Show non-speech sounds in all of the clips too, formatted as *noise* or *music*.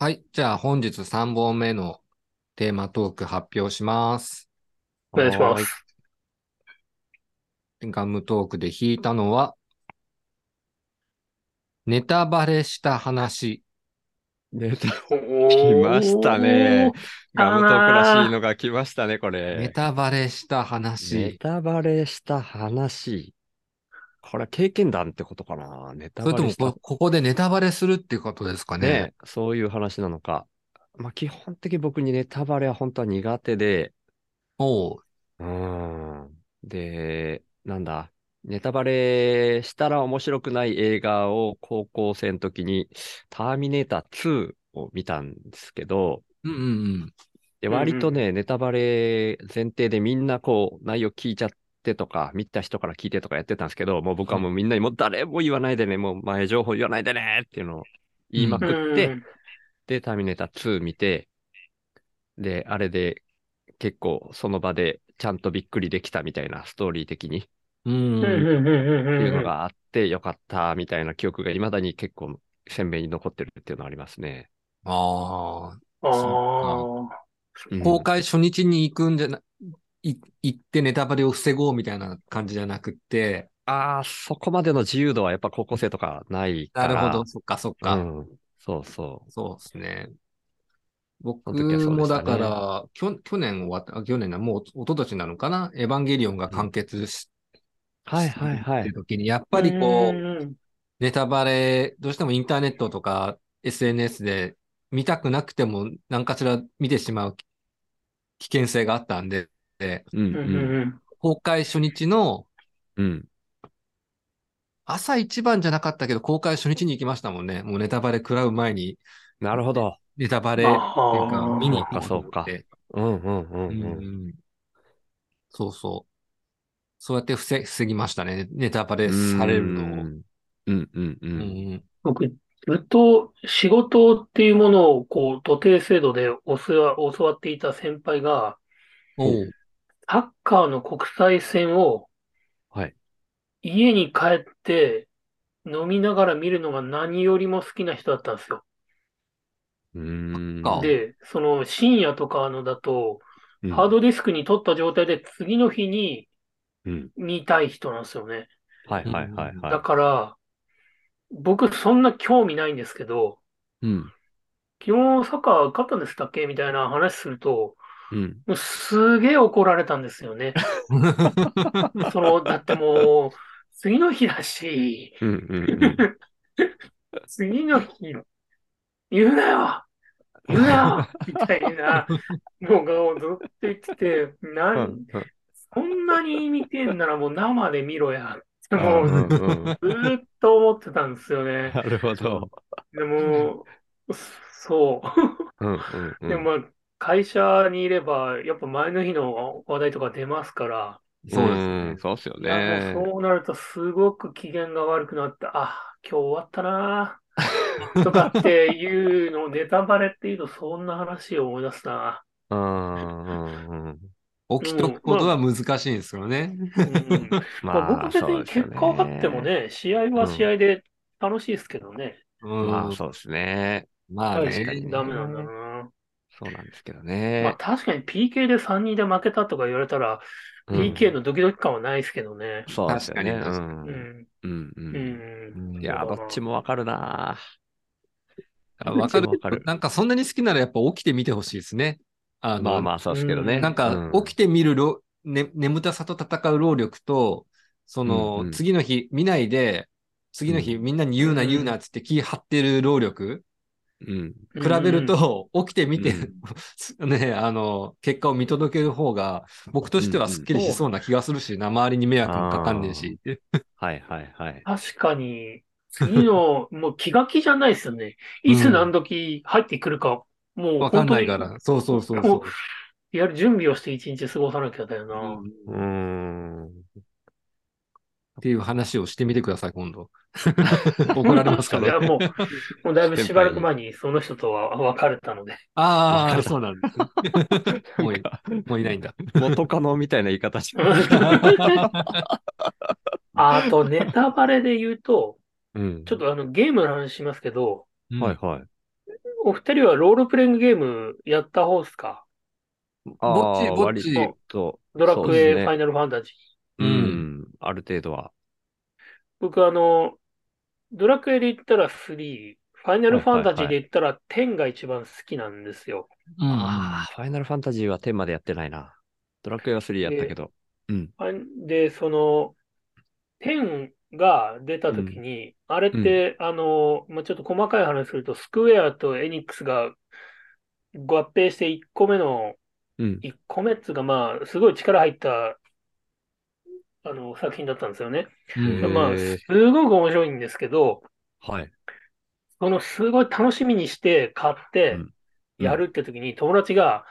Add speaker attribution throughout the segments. Speaker 1: はい。じゃあ本日3本目のテーマトーク発表します。
Speaker 2: お願いします。
Speaker 1: ガムトークで弾いたのは、ネタバレした話。
Speaker 3: ネタ、来ましたね。ガムトークらしいのが来ましたね、これ。
Speaker 1: ネタバレした話。
Speaker 3: ネタバレした話。これ経験談ってことかなネタ
Speaker 1: それともこ、ここでネタバレするっていうことですかね。ね
Speaker 3: そういう話なのか。まあ、基本的に僕にネタバレは本当は苦手で。
Speaker 1: おう。
Speaker 3: うん。で、なんだ。ネタバレしたら面白くない映画を高校生の時に、ターミネーター2を見たんですけど、
Speaker 1: うんうんうん。
Speaker 3: で、割とね、ネタバレ前提でみんなこう、内容聞いちゃってっとか、見た人から聞いてとかやってたんですけど、もう僕はもうみんなにもう誰も言わないでね、もう前情報言わないでねっていうのを言いまくって、うん、で、ターミネーター2見て、で、あれで結構その場でちゃんとびっくりできたみたいなストーリー的に。
Speaker 1: うん。って *laughs*
Speaker 3: いうのがあってよかったみたいな記憶が未だに結構鮮明に残ってるっていうのはありますね。
Speaker 1: あ
Speaker 2: あ。ああ。
Speaker 1: 公開初日に行くんじゃな、い行ってネタバレを防ごうみたいな感じじゃなくて。。
Speaker 3: ああ、そこまでの自由度はやっぱ高校生とかないから、
Speaker 1: なるほど、そっかそっか。うん。
Speaker 3: そうそう
Speaker 1: そうですね。僕もだから、ね、去去年終わった、去年な、もう一昨年なのかな、エヴァンゲリオンが完結し、
Speaker 3: うん、はいはいはい。って
Speaker 1: 時に、やっぱりこう、ネタバレ、どうしてもインターネットとか SNS で見たくなくても何かしら見てしまう危険性があったんで、っ、
Speaker 3: うんうん、
Speaker 1: 公開初日の、
Speaker 3: うん、
Speaker 1: 朝一番じゃなかったけど、公開初日に行きましたもんね。もうネタバレ食らう前に。
Speaker 3: なるほど。
Speaker 1: ネタバレっていうか、見に行
Speaker 3: こうそうか。うんうんうん、うん、うん。
Speaker 1: そうそう。そうやって防防ぎましたね。ネタバレされるのを。
Speaker 3: うんうんうん。
Speaker 2: 僕、ずっと仕事っていうものを、こう、徒弟制度で教わっていた先輩が、サッカーの国際戦を、
Speaker 3: はい。
Speaker 2: 家に帰って飲みながら見るのが何よりも好きな人だったんですよ。で、その深夜とかのだと、うん、ハードディスクに取った状態で次の日に見たい人なんですよね。
Speaker 3: うん、はいはいはい、はい、
Speaker 2: だから、僕そんな興味ないんですけど、
Speaker 3: うん、
Speaker 2: 昨日サッカー勝ったんでしたっけみたいな話すると、
Speaker 3: うん、
Speaker 2: もうすげえ怒られたんです
Speaker 3: *laughs*
Speaker 2: よね。そのだってもう、次の日だし、
Speaker 3: うんうんうん、
Speaker 2: 次の日、言うなよ言うなよみたいなのがをずっと言ってて、なん、そんなに見てんならもう生で見ろや。もうずっと思ってたんですよね。
Speaker 3: なるほど。。
Speaker 2: でも、そう
Speaker 3: うんうんうん、
Speaker 2: でも、まあ会社にいれば、やっぱ前の日の話題とか出ますから。
Speaker 3: そうですね。そうですよね。
Speaker 2: そうなると、すごく機嫌が悪くなって、あ、今日終わったなとかっていうのを、ネタバレっていうと、そんな話を思い出すな。
Speaker 3: うん。
Speaker 1: 起きとくことは難しいんですよね。
Speaker 2: うんまあまあ、僕別に結果分かってもね、試合は試合で楽しいですけどね。
Speaker 3: うん、まあそうですね。
Speaker 1: まあね。
Speaker 2: ダメなんだな。
Speaker 3: そうなんですけどね。
Speaker 2: まあ確かに PK で3人で負けたとか言われたら、うん、PK のドキドキ感はないですけどね。
Speaker 3: そうですね。。
Speaker 1: うん
Speaker 3: うん。うん。うん、いや、どっちもわかるな
Speaker 1: わかる。なんかそんなに好きならやっぱ起きてみてほしいですね。
Speaker 3: あまあまあそうですけどね。
Speaker 1: なんか起きてみるろ、ね、眠たさと戦う労力と、その、うんうん、次の日見ないで、次の日みんなに言うな言うなっつって気張ってる労力。
Speaker 3: うん、
Speaker 1: 比べると、起きてみて、うん、 *laughs* ね、あの、結果を見届ける方が、僕としてはすっきりしそうな気がするし、うんうん、周りに迷惑もかかんねえし。
Speaker 3: はいはいはい。
Speaker 2: 確かに、次
Speaker 1: *laughs*
Speaker 2: の、もう気が気じゃないですよね。いつ何時入ってくるか、うん、もう。。
Speaker 1: わかんないから。そうそうそうそう
Speaker 2: やる準備をして一日過ごさなきゃだよな。
Speaker 3: うん。
Speaker 1: っていう話をしてみてください、今
Speaker 2: *laughs*
Speaker 1: 度。怒られますから、 *laughs*
Speaker 2: ね、いや、もう、もうだいぶしばらく前にその人とは別れた
Speaker 1: *laughs*
Speaker 2: ので。
Speaker 1: ああ、そうなんです、ね *laughs* もうい。もういないんだ。
Speaker 3: 元カノみたいな言い方し
Speaker 2: あと、ネタバレで言うと、
Speaker 3: *laughs* うん、
Speaker 2: ちょっとあのゲームの話しますけど、
Speaker 3: はいはい。
Speaker 2: お二人はロールプレイングゲームやった方っすか
Speaker 1: ぼっち
Speaker 3: あー
Speaker 1: ぼっち
Speaker 3: 割と
Speaker 2: ドラ
Speaker 3: そう
Speaker 2: ク
Speaker 3: で
Speaker 2: エ、
Speaker 3: すね
Speaker 2: ファイナルファンタジー。
Speaker 3: う、
Speaker 1: うん
Speaker 3: ある程度は。
Speaker 2: 僕あの、ドラクエで言ったら3、ファイナルファンタジーで言ったら10が一番好きなんですよ。
Speaker 1: うんうん
Speaker 3: ああ、ファイナルファンタジーは10までやってないな。ドラクエは3やったけど。うん。
Speaker 2: あで、その、10が出た時に、あれって、あの、まあ、ちょっと細かい話すると、スクエアとエニックスが合併して1個目の、
Speaker 3: うん。
Speaker 2: 1個目っつうか、まあ、すごい力入った、あの、作品だったんですよね。
Speaker 1: うん
Speaker 3: うん
Speaker 2: まあ、
Speaker 3: へー
Speaker 2: すごく面白いんですけど、
Speaker 3: はい。
Speaker 2: このすごい楽しみにして買って
Speaker 3: うん
Speaker 2: やるって時に友達が、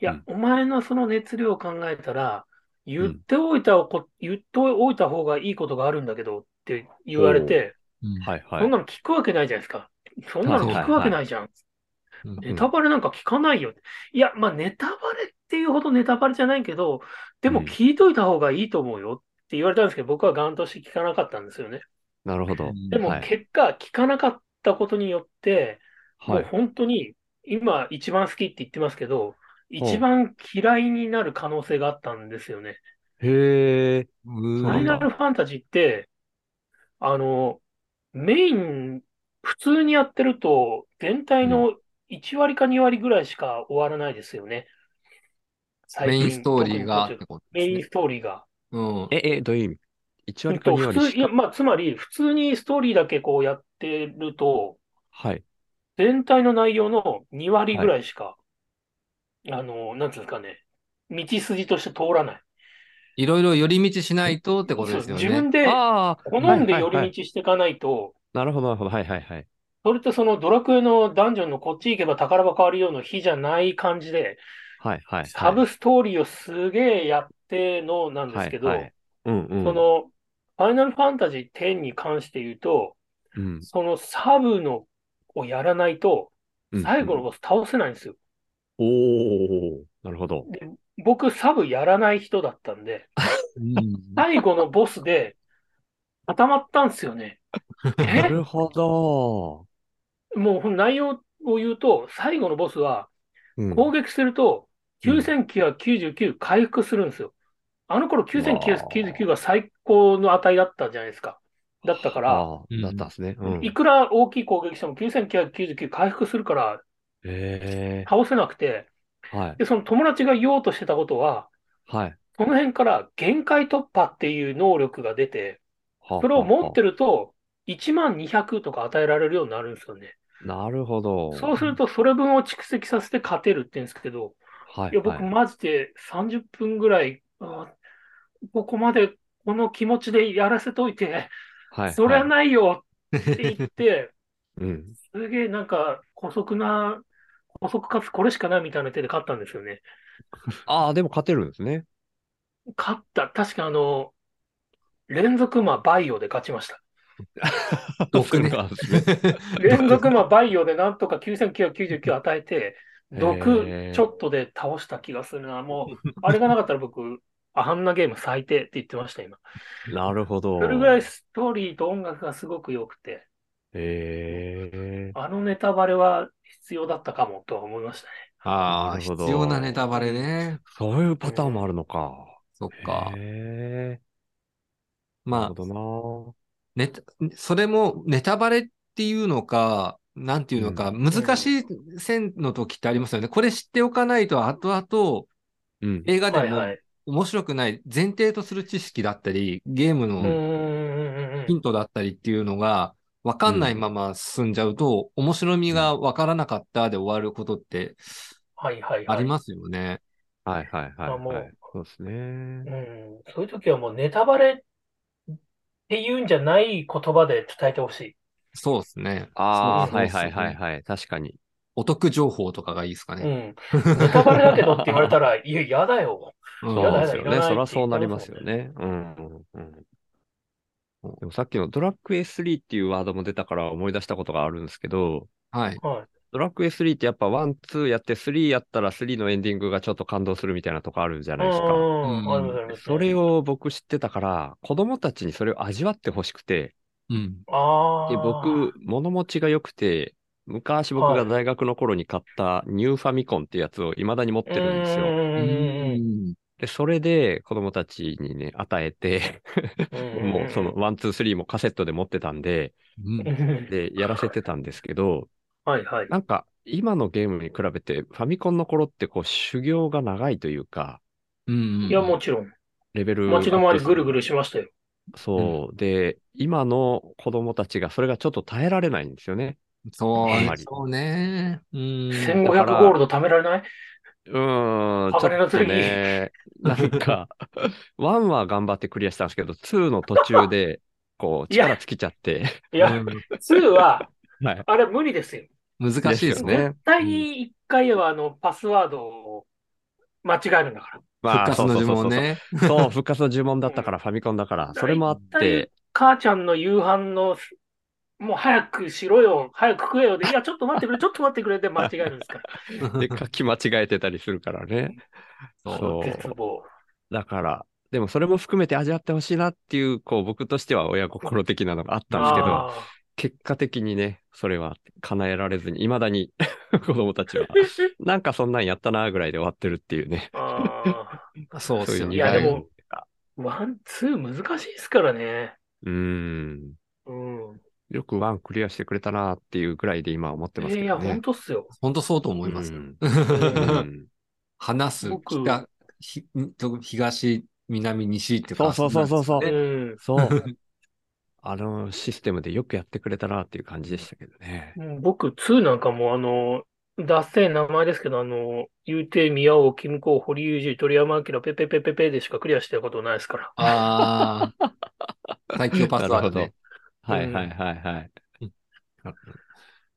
Speaker 2: いや、
Speaker 3: うん
Speaker 2: お前のその熱量を考えたら、言っておいたこ、言っておいた方がいいことがあるんだけどって言われて、
Speaker 1: うん
Speaker 3: はいは
Speaker 2: そん
Speaker 3: い。
Speaker 2: なの聞くわけないじゃないですか。そんなの聞くわけないじゃん。
Speaker 1: うん
Speaker 2: ネタバレなんか聞かないよ。いや、まあネタバレっていうほどネタバレじゃないけど、でも
Speaker 3: うん
Speaker 2: 聞いといた方がいいと思うよって言われたんですけど、僕はガンとして聞かなかったんですよね。
Speaker 3: なるほど。
Speaker 1: うん
Speaker 2: でも
Speaker 3: はい
Speaker 2: 結果、聞かなかったことによって、も
Speaker 3: は
Speaker 2: う
Speaker 3: い。
Speaker 2: 本当に今一番好きって言ってますけど、一番嫌いになる可能性があったんですよね。
Speaker 3: へえ。
Speaker 1: う
Speaker 2: フ
Speaker 1: ん
Speaker 3: そう
Speaker 2: ァ
Speaker 3: な
Speaker 2: イ
Speaker 3: ん
Speaker 2: ナ
Speaker 3: だ
Speaker 2: ルファンタジーって、あの、メイン、普通にやってると、全体の1割か2割ぐらいしか終わらないですよね。最
Speaker 1: メイ
Speaker 2: 近
Speaker 1: ンストーリーがっ
Speaker 2: 特に
Speaker 1: てこと
Speaker 2: メ
Speaker 1: です
Speaker 2: イン
Speaker 1: ね。
Speaker 2: ストーリーが。
Speaker 1: うん。
Speaker 3: え、え、どういう意味 ?1
Speaker 2: うん
Speaker 3: 割か
Speaker 2: と
Speaker 3: 2割
Speaker 2: 普通、い
Speaker 3: し
Speaker 2: や、
Speaker 3: か。
Speaker 2: まあ、つまり、普通にストーリーだけこうやってると、
Speaker 3: はい。
Speaker 2: 全体の内容の2割ぐらいしか、あの、なんつうんですかね、道筋として通らない。
Speaker 1: いろいろ寄り道しないとってことですよ
Speaker 2: そう自
Speaker 1: ね。
Speaker 2: 分で
Speaker 3: ああ、
Speaker 2: 好んで
Speaker 3: はいはい
Speaker 2: 寄
Speaker 3: は
Speaker 2: り
Speaker 3: い
Speaker 2: 道していかないと、
Speaker 3: なるほど、なるほど。はいはいはい。
Speaker 2: それってそのドラクエのダンジョンのこっち行けば宝箱あるような日じゃない感じで、
Speaker 3: はいはいはい。
Speaker 2: サブストーリーをすげえやってのなんですけど
Speaker 3: は、いはいうんうん。
Speaker 2: その、ファイナルファンタジー10に関して言うと、
Speaker 3: うん、
Speaker 2: そのサブのをやらないと、
Speaker 3: うん
Speaker 2: 最後の。ボス倒せないんですよ。
Speaker 3: おおなるほど。
Speaker 2: で、僕サブやらない人だったんで、
Speaker 1: うん
Speaker 2: 最後のボスで固まったんですよ
Speaker 3: *laughs*
Speaker 2: ね。
Speaker 3: なるほど。
Speaker 2: もう内容を言うと、最後のボスは
Speaker 3: うん
Speaker 2: 攻撃すると9999回復するんですよ。あの頃9999が最高の値だったじゃないですか。だったから、
Speaker 3: あーだったんですね。う
Speaker 2: い
Speaker 3: ん。
Speaker 2: くら大きい攻撃しても9999回復するから
Speaker 3: へえ。
Speaker 2: 倒せなくて、
Speaker 3: はい。
Speaker 2: で、その友達が言おうとしてたことは、
Speaker 3: はい。
Speaker 2: その辺から限界突破っていう能力が出て、
Speaker 3: そ
Speaker 2: それを持って
Speaker 3: る。
Speaker 2: ると1万200とか与えられるようになるんですよね。
Speaker 3: なるほど。
Speaker 2: そうすると、それ分を蓄積させて勝てるって言うんですけど、
Speaker 3: はい
Speaker 2: いや、僕、
Speaker 3: はい
Speaker 2: マジで30分ぐらい、あここまでこの気持ちでやらせといて、
Speaker 3: はい。
Speaker 2: そりゃ
Speaker 3: はい
Speaker 2: ないよって言って、
Speaker 3: うん。
Speaker 2: すげえなんか、古速な、古速かつこれしかないみたいな手で勝ったんですよね。
Speaker 3: ああ、でも勝てるんです
Speaker 2: *laughs*
Speaker 3: ね。
Speaker 2: 勝った、確かあの、連続魔バイオで勝ちました。
Speaker 1: 毒ね
Speaker 3: そうなん
Speaker 2: *laughs*
Speaker 3: ですね。
Speaker 2: 連続魔バイオでなんとか9999与えて、
Speaker 3: へ
Speaker 2: 毒
Speaker 3: ー
Speaker 2: ちょっとで倒した気がするな。もう、あれがなかったら僕、あんなゲーム最低って言ってました、
Speaker 3: *laughs*
Speaker 2: 今。
Speaker 3: なるほど。
Speaker 2: それぐらいストーリーと音楽がすごく良くて、
Speaker 3: へえ。
Speaker 2: あのネタバレは必要だったかもとは思いましたね。
Speaker 1: ああ、
Speaker 3: なる
Speaker 1: 必
Speaker 3: ほど
Speaker 1: 要なネタバレね。
Speaker 3: そういうパターンもあるのか。
Speaker 1: そっか。
Speaker 3: へえ。
Speaker 1: ま
Speaker 3: なる
Speaker 1: あ
Speaker 3: ほ、ど
Speaker 1: ネタ、それもネタバレっていうのか、なんていうのか、難しい線の時ってありますよね。これ知っておかないと、後々
Speaker 3: な。うん。
Speaker 1: 映画
Speaker 2: は
Speaker 1: で
Speaker 2: い
Speaker 1: も
Speaker 2: はい。
Speaker 1: 面白くない前提とする知識だったり、ゲーム
Speaker 2: うー
Speaker 1: の
Speaker 2: ん。
Speaker 1: ヒントだったりっていうのが、わかんないまま進んじゃうと、面白みがわからなかったで終わることって
Speaker 2: はいはい
Speaker 1: あ
Speaker 2: はい。
Speaker 1: りますよね。
Speaker 3: はいはいはい
Speaker 2: まあもう
Speaker 3: はい。そうですね。
Speaker 2: うん。そういう時はもうネタバレっていうんじゃない言葉で伝えてほしい。
Speaker 1: そうですね。
Speaker 3: ああ、
Speaker 1: そう
Speaker 3: は
Speaker 1: で
Speaker 3: い
Speaker 1: すね
Speaker 3: はいはいはい。確かに。
Speaker 1: お得情報とかがいいですか
Speaker 2: う
Speaker 1: ね。
Speaker 2: ん。ネタバレだけどって言われたら、いや、やだよ。
Speaker 1: うん
Speaker 3: そ
Speaker 2: や
Speaker 3: う
Speaker 2: だ
Speaker 3: ですよ
Speaker 2: いら
Speaker 3: ね。
Speaker 2: ない
Speaker 3: そりゃそうなりますよね。うんうんうん。でもさっきのドラクエ3っていうワードも出たから思い出したことがあるんですけど、
Speaker 1: はい。
Speaker 2: は
Speaker 3: ドラクエ3ってやっぱ1、2やって3やったら3のエンディングがちょっと感動するみたいなとこあるじゃ *laughs*
Speaker 2: い。
Speaker 3: ないですか。
Speaker 2: うん。ありますあります
Speaker 3: それを僕知ってたから、子供たちにそれを味わってほしくて、
Speaker 1: うん。
Speaker 2: あ
Speaker 3: で
Speaker 2: あ。
Speaker 3: 僕、物持ちが良くて、昔僕が大学の頃に買ったニューファミコンってやつを未だに持ってるんですよ。
Speaker 1: う
Speaker 2: よ。
Speaker 1: ん。
Speaker 3: で、それで子供たちにね、与えて、もうその、ワン、ツー、スリーもカセットで持ってたんで、
Speaker 1: うん
Speaker 2: う。ん。
Speaker 3: で、やらせてたんですけど、
Speaker 2: はいはい。
Speaker 3: なんか、今のゲームに比べて、ファミコンの頃ってこう、修行が長いというか、
Speaker 1: うん。
Speaker 2: いや、もちろん。
Speaker 3: レベルが
Speaker 2: 街の周りぐるぐるしましたよ。
Speaker 3: そう。で、今の子供たちがそれがちょっと耐えられないんですよね。
Speaker 1: そう
Speaker 3: あん
Speaker 1: ね。
Speaker 3: まり
Speaker 1: そうね。うん。
Speaker 2: 1500
Speaker 3: だから
Speaker 2: ゴールド貯められないう
Speaker 3: ーん、ちょ
Speaker 2: 鋼の
Speaker 3: っとね、なんか、1は頑張ってクリアしたんですけど、2の途中で、こう、
Speaker 2: いや
Speaker 3: 力尽きちゃって、
Speaker 2: いや、2は、
Speaker 3: はい。
Speaker 2: あれ無理ですよ。
Speaker 1: うん難しいです
Speaker 3: です
Speaker 1: ね
Speaker 3: よ。ね
Speaker 2: 絶対に一回はあのパスワードを間違えるんだから。
Speaker 1: 復活の呪文。ね。
Speaker 3: そうそうそうそうそう、復活の呪文だったから、ファミコンだから、それもあって、
Speaker 2: 母ちゃんの夕飯の、もう早くしろよ、早く食えよで、いや、ちょっと待ってくれ、ちょっと待ってくれって間違えるんですから。
Speaker 3: で、書き間違えてたりするからね。
Speaker 1: そ
Speaker 2: 絶望。
Speaker 3: だから、でもそれも含めて味わってほしいなっていう、こう、僕としては親心的なのがあったんですけど、
Speaker 2: あ
Speaker 3: 結果的にね、それは叶えられずに、未だ
Speaker 1: *laughs*
Speaker 3: に子供たちは、
Speaker 2: ー
Speaker 3: なんかそんなんやったなぐらいで終わってるっていうね。
Speaker 2: あ
Speaker 1: う。そうですよ
Speaker 3: そういう
Speaker 1: ね。
Speaker 2: いやでも
Speaker 1: うん
Speaker 2: ー。ワン、ツー難しいですからね。
Speaker 3: うーん。
Speaker 2: うん。
Speaker 3: よくワンクリアしてくれたなっていうぐらいで今思ってます
Speaker 2: い
Speaker 3: け
Speaker 2: や、
Speaker 3: どね。
Speaker 2: 本当っすよ。
Speaker 1: 本当そうと思います
Speaker 3: う。ん
Speaker 2: う
Speaker 1: *laughs* 話す、
Speaker 2: 僕
Speaker 1: 北、ひ東、南、西って
Speaker 3: *laughs* そうそうそうそうそう
Speaker 1: 感じなんですよね
Speaker 2: うん。
Speaker 3: そう。 *laughs* あのシステムでよくやってくれたなっていう感じでしたけどね。
Speaker 2: うん僕、2なんかもうあの、ダッセー名前ですけど、あの、ゆうてい、宮尾、キムコウ、堀裕二、鳥山明、ペペペペペでしかクリアしてることないですから。
Speaker 1: あ *laughs* あ。最強パスワード
Speaker 3: なる
Speaker 1: ね。
Speaker 3: はいはいはいはい。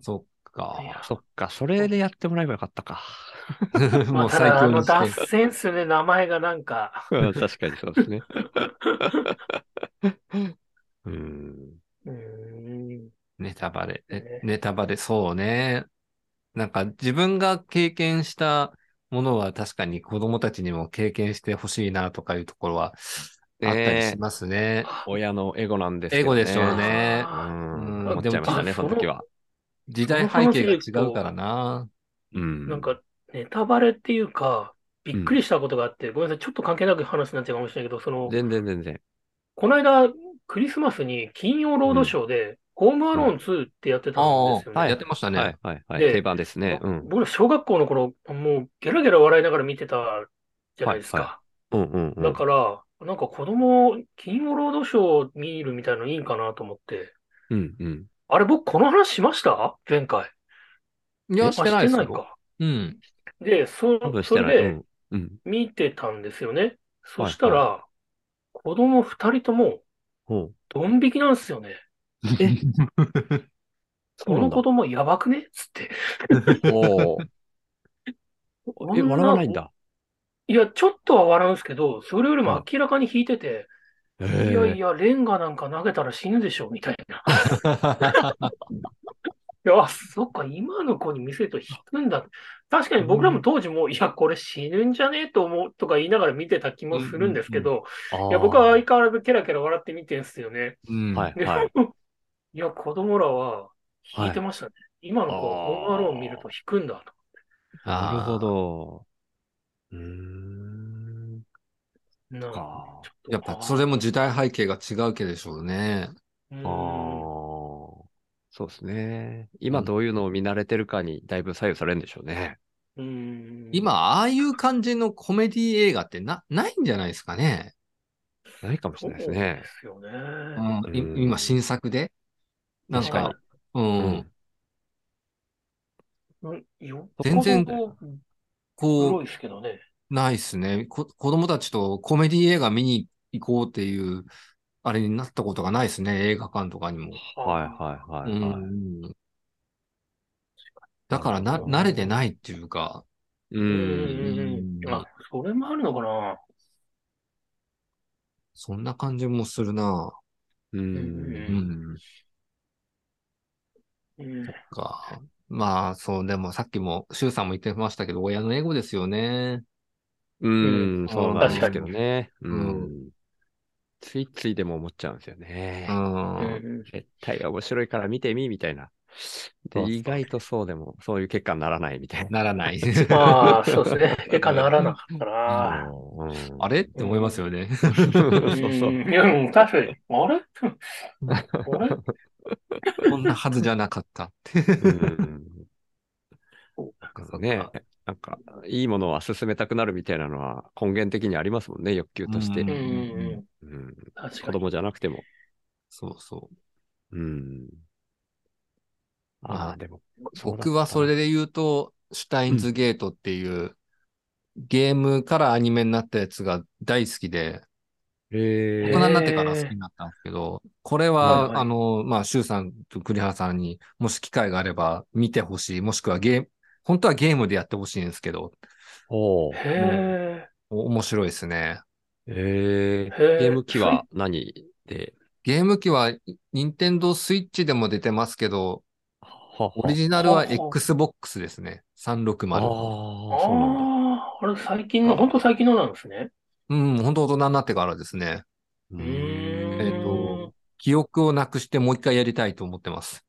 Speaker 1: そっか。
Speaker 3: そっか、それでやってもらえばよかったか。
Speaker 1: も
Speaker 2: まあ、
Speaker 1: う
Speaker 2: た
Speaker 1: 最
Speaker 2: だ、あ
Speaker 1: 強
Speaker 2: の、
Speaker 1: に
Speaker 2: ダ
Speaker 1: して。
Speaker 2: ッセンスね、名前がなんか、
Speaker 3: うん確かにそうですね。 *laughs* うん。
Speaker 2: うーん、
Speaker 1: ネタバレ、え
Speaker 2: ね
Speaker 1: ネタバレ、そうね。なんか自分が経験したものは確かに子供たちにも経験してほしいなとかいうところはあったりしますね。
Speaker 3: 親のエゴなんですけ
Speaker 1: エ
Speaker 3: ど
Speaker 1: ゴ
Speaker 3: ね。
Speaker 1: でしょうね
Speaker 3: う。
Speaker 1: うん
Speaker 3: ん。思っちゃいましたね、その時は。
Speaker 1: 時代背景が違うからな。
Speaker 3: うん。
Speaker 2: なんか、ネタバレっていうか、びっくりしたことがあって、ごめんなさい、ちょっと関係なく話になっちゃうかもしれないけど、その、
Speaker 3: 全然全然。
Speaker 2: この間、クリスマスに金曜ロードショーで、ホームアローン2ってやってたんですよ
Speaker 1: ああ、
Speaker 2: ね
Speaker 1: やっ。てました
Speaker 3: は
Speaker 1: ね
Speaker 3: い。はいはい。
Speaker 2: で
Speaker 3: 定番ですね。うん。
Speaker 2: 僕ら小学校の頃、もうゲラゲラ笑いながら見てたじゃないです
Speaker 3: はい
Speaker 2: か。
Speaker 3: うんうんうん。
Speaker 2: だから、なんか子供、金曜ロードショー見るみたいのいいんかなと思って。
Speaker 3: うんうん。
Speaker 2: あれ、僕この話しました前回。
Speaker 1: いや、
Speaker 2: あ
Speaker 1: してないです
Speaker 2: して
Speaker 1: よ。
Speaker 2: か。
Speaker 1: うん。
Speaker 2: で、そ
Speaker 3: 多分し
Speaker 2: そ
Speaker 3: て
Speaker 2: れ
Speaker 3: ない。う
Speaker 2: で
Speaker 3: ん。うん。
Speaker 2: 見てたんですよね。そ
Speaker 3: はい
Speaker 2: したら、子供二人とも
Speaker 3: ほう。
Speaker 2: ドン引きなんですよね。
Speaker 3: え
Speaker 2: この子供やばくねつって。
Speaker 3: おーえ、
Speaker 2: 女
Speaker 3: 笑わないんだ。
Speaker 2: いや、ちょっとは笑うんですけど、それよりも明らかに引いてて、
Speaker 3: い
Speaker 2: いやいや、レンガなんか投げたら死ぬでしょ、みたいな。いや、あ *laughs* そっか、今の子に見せると引くんだ。確かに僕らも当時も、いや、これ死ぬんじゃねえと思うとか言いながら見てた気もするんですけど、いや、僕は相変わらずケラケラ笑って見てんすよね。
Speaker 1: *laughs* うん。
Speaker 3: *laughs* はい
Speaker 2: で
Speaker 3: はい。
Speaker 2: いや、子供らは引いてましたね。今の子はホームアローン見ると引くんだと。
Speaker 1: あ
Speaker 3: な
Speaker 1: ー
Speaker 3: るほ。ど。うーん。
Speaker 2: なんか
Speaker 3: か。
Speaker 1: やっぱそれも時代背景が違うけでしょうね。
Speaker 2: うん
Speaker 3: ああ。そうですね。今どういうのを見慣れてるかにだいぶ左右されるんでしょうね。
Speaker 2: うん
Speaker 1: 今、ああいう感じのコメディ映画ってな、ないんじゃないですかね。
Speaker 3: ないかもしれないですね。
Speaker 2: そうです
Speaker 1: う
Speaker 2: よね。
Speaker 1: んい
Speaker 3: うん
Speaker 1: 今、新作で。なん
Speaker 2: 確
Speaker 1: か、
Speaker 2: か
Speaker 1: うん、
Speaker 2: うんよっ
Speaker 1: 全然
Speaker 2: ぽど
Speaker 1: こ
Speaker 2: 黒いですけどね。
Speaker 1: う、ないっすねこ。子供たちとコメディ映画見に行こうっていう、あれになったことがないですね。映画館とかにも。
Speaker 3: はいはいはい、はい
Speaker 1: うんだからな、
Speaker 3: なるほど
Speaker 1: 慣れてないっていうか。
Speaker 3: う。
Speaker 2: うんん
Speaker 1: うん
Speaker 2: あ、それもあるのかな。
Speaker 1: そんな感じもするな。
Speaker 3: う。
Speaker 1: うんん。
Speaker 2: うん
Speaker 1: か。まあ、そう、でもさっきも、周さんも言ってましたけど、親のエゴですよね。
Speaker 3: うん、
Speaker 1: うん
Speaker 3: そうなんですけどね。うん。
Speaker 1: う
Speaker 3: ついついでも思っちゃうんですよね
Speaker 1: う。。
Speaker 2: うんん
Speaker 3: 絶対面白いから見てみ、みたいな。
Speaker 1: そうそう
Speaker 3: で、意外とそうでも、そういう結果にならないみたいな。
Speaker 1: ならない。
Speaker 2: まあ、そうですね。結果ならなかった
Speaker 3: あ
Speaker 2: な。
Speaker 3: のうん
Speaker 1: *laughs*
Speaker 3: *laughs*
Speaker 1: あれって思いますよね。
Speaker 3: そうそうそうう。
Speaker 2: んいや、でも確かに、あれあれ
Speaker 1: *laughs* こんなはずじゃなかった。
Speaker 3: うん
Speaker 1: そうか
Speaker 3: ねなんか、いいものは進めたくなるみたいなのは根源的にありますもんね、欲求として。
Speaker 1: う
Speaker 2: うんん
Speaker 3: う
Speaker 2: うん、
Speaker 3: ん
Speaker 2: 確か
Speaker 3: 子
Speaker 2: に。
Speaker 3: 供じゃなくても。
Speaker 1: そうそう。
Speaker 3: うん。ああ、でも、
Speaker 1: 僕はそれ
Speaker 3: で、
Speaker 1: で言うと、シュタインズゲートっていう、ゲームからアニメになったやつが大好きで、大
Speaker 3: え
Speaker 2: へ
Speaker 1: 人
Speaker 2: ー
Speaker 1: になってから好きになったんですけど、これ
Speaker 2: はい
Speaker 1: は、
Speaker 2: はい
Speaker 1: あの、まあ、シュウさんと栗原さんにもし機会があれば見てほしい、もしくはゲーム、本当はゲームでやってほしいんですけど、
Speaker 3: おー
Speaker 2: へ
Speaker 1: お面白いですね。
Speaker 3: え
Speaker 2: ーへ
Speaker 3: ー、ゲーム機は何で、
Speaker 1: ゲーム機は、任天堂スイッチでも出てますけど、
Speaker 3: は
Speaker 1: オリジナルは
Speaker 2: ほうほう
Speaker 1: Xbox ですね。
Speaker 3: ああ
Speaker 1: 360。
Speaker 2: ああ
Speaker 3: ー、そうなんだ。
Speaker 2: ー、あれ最近の、本当最近のなんですね。
Speaker 1: うん、本当大人になってからですね。
Speaker 3: う
Speaker 2: う
Speaker 3: ー
Speaker 2: ーん。
Speaker 1: えっと記憶をなくしてもう一回やりたいと思ってます。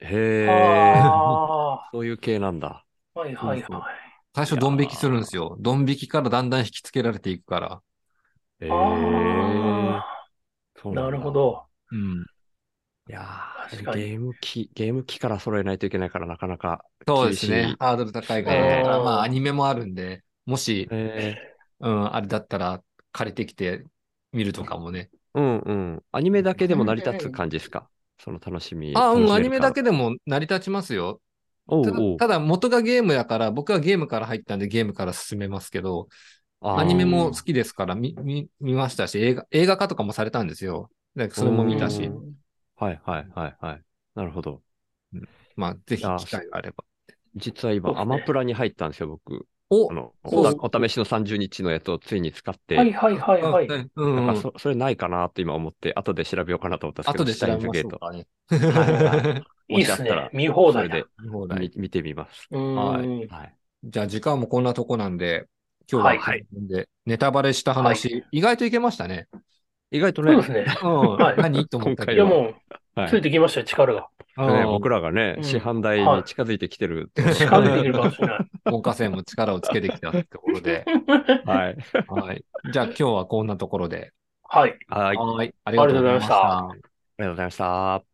Speaker 3: へえ、
Speaker 2: あ
Speaker 3: そういう系なんだ。
Speaker 2: あ、はいはいはい。
Speaker 1: 最初ドン引きするんですよ。ドン引きからだんだん引きつけられていくから。
Speaker 3: へえ、
Speaker 2: あ
Speaker 3: そうな
Speaker 2: あ、
Speaker 3: んだ
Speaker 2: なるほ。ど。
Speaker 1: うん。
Speaker 3: いやー
Speaker 2: 確
Speaker 3: でも
Speaker 2: か
Speaker 3: ゲ
Speaker 2: に
Speaker 3: ーム機、ゲーム機から揃えないといけないから、なかなか
Speaker 1: そう
Speaker 3: 厳
Speaker 1: です
Speaker 3: しい。
Speaker 1: ね。ハードル高いから。
Speaker 3: え
Speaker 1: だ
Speaker 3: え
Speaker 1: からまあアニメもあるんで、もし、
Speaker 3: え
Speaker 2: *laughs*
Speaker 1: うん、あれだったら借りてきて見るとかもね。
Speaker 3: ーうんうん。アニメだけでも成り立つ感じですかその楽しみ。
Speaker 1: あ、う
Speaker 3: 楽
Speaker 1: ん、
Speaker 3: し
Speaker 1: ア
Speaker 3: め
Speaker 1: ニ
Speaker 3: る
Speaker 1: メ
Speaker 3: 感
Speaker 1: だ。けでも成り立ちますよ。
Speaker 3: おう
Speaker 1: ただ
Speaker 3: おう
Speaker 1: ただ元がゲームやから、僕はゲームから入ったんでゲームから進めますけど、
Speaker 3: あー
Speaker 1: アニメも好きですから見見見ましたし映画、映画化とかもされたんですよ。でそれも見たし
Speaker 3: う、んはいはいはいはい。なるほど。
Speaker 1: まあ、ぜひ
Speaker 3: あー
Speaker 1: 機会があれば。
Speaker 3: 実は
Speaker 2: そう
Speaker 3: 今、
Speaker 2: です
Speaker 3: ア
Speaker 2: ね
Speaker 3: マプラに入ったんですよ、僕。
Speaker 1: お
Speaker 3: あの
Speaker 2: そう
Speaker 3: おたお試しの30日のやつをついに使って、
Speaker 2: はいはいはいはい。
Speaker 1: あうんうん
Speaker 3: なんかそそれないかなって今思って、後で調べようかなと思ったんですけど、
Speaker 1: 後で調べ
Speaker 3: シュ
Speaker 1: ま
Speaker 3: タイ
Speaker 1: し
Speaker 3: ンズ
Speaker 1: ょ
Speaker 3: ゲ
Speaker 1: うかね。
Speaker 3: ート。
Speaker 1: *laughs*
Speaker 3: はいは
Speaker 2: いいっすね。見放
Speaker 3: そ
Speaker 2: 題
Speaker 3: れ
Speaker 2: だ。
Speaker 3: で
Speaker 1: 見放
Speaker 3: み
Speaker 1: 題
Speaker 3: 見てみます。
Speaker 2: うーん。
Speaker 3: はい。はい。
Speaker 1: じゃあ時間もこんなとこなんで、今日は、
Speaker 2: はい
Speaker 1: でネタバレした話、
Speaker 2: はい
Speaker 1: 意外といけましたね。
Speaker 3: 意外と
Speaker 2: そうで
Speaker 3: ね
Speaker 2: す、ね。
Speaker 1: うん、
Speaker 2: はい
Speaker 1: 何と思った
Speaker 2: い
Speaker 1: け
Speaker 2: や
Speaker 1: ど。
Speaker 2: も
Speaker 3: は
Speaker 2: う、
Speaker 3: い
Speaker 2: ついてきましたよ、力が。
Speaker 3: ね、
Speaker 1: うん
Speaker 3: 僕らがね、
Speaker 2: うん
Speaker 3: 市販台に近づいてきてる。
Speaker 2: 近づいてくるかもしれない。
Speaker 1: 文化生も力をつけてきたってことで。
Speaker 3: はい。
Speaker 1: はい。じゃあ今日はこんなところで。
Speaker 2: はい。
Speaker 3: はい。ありがとう
Speaker 1: はい。ありがとうございました。
Speaker 3: ございました。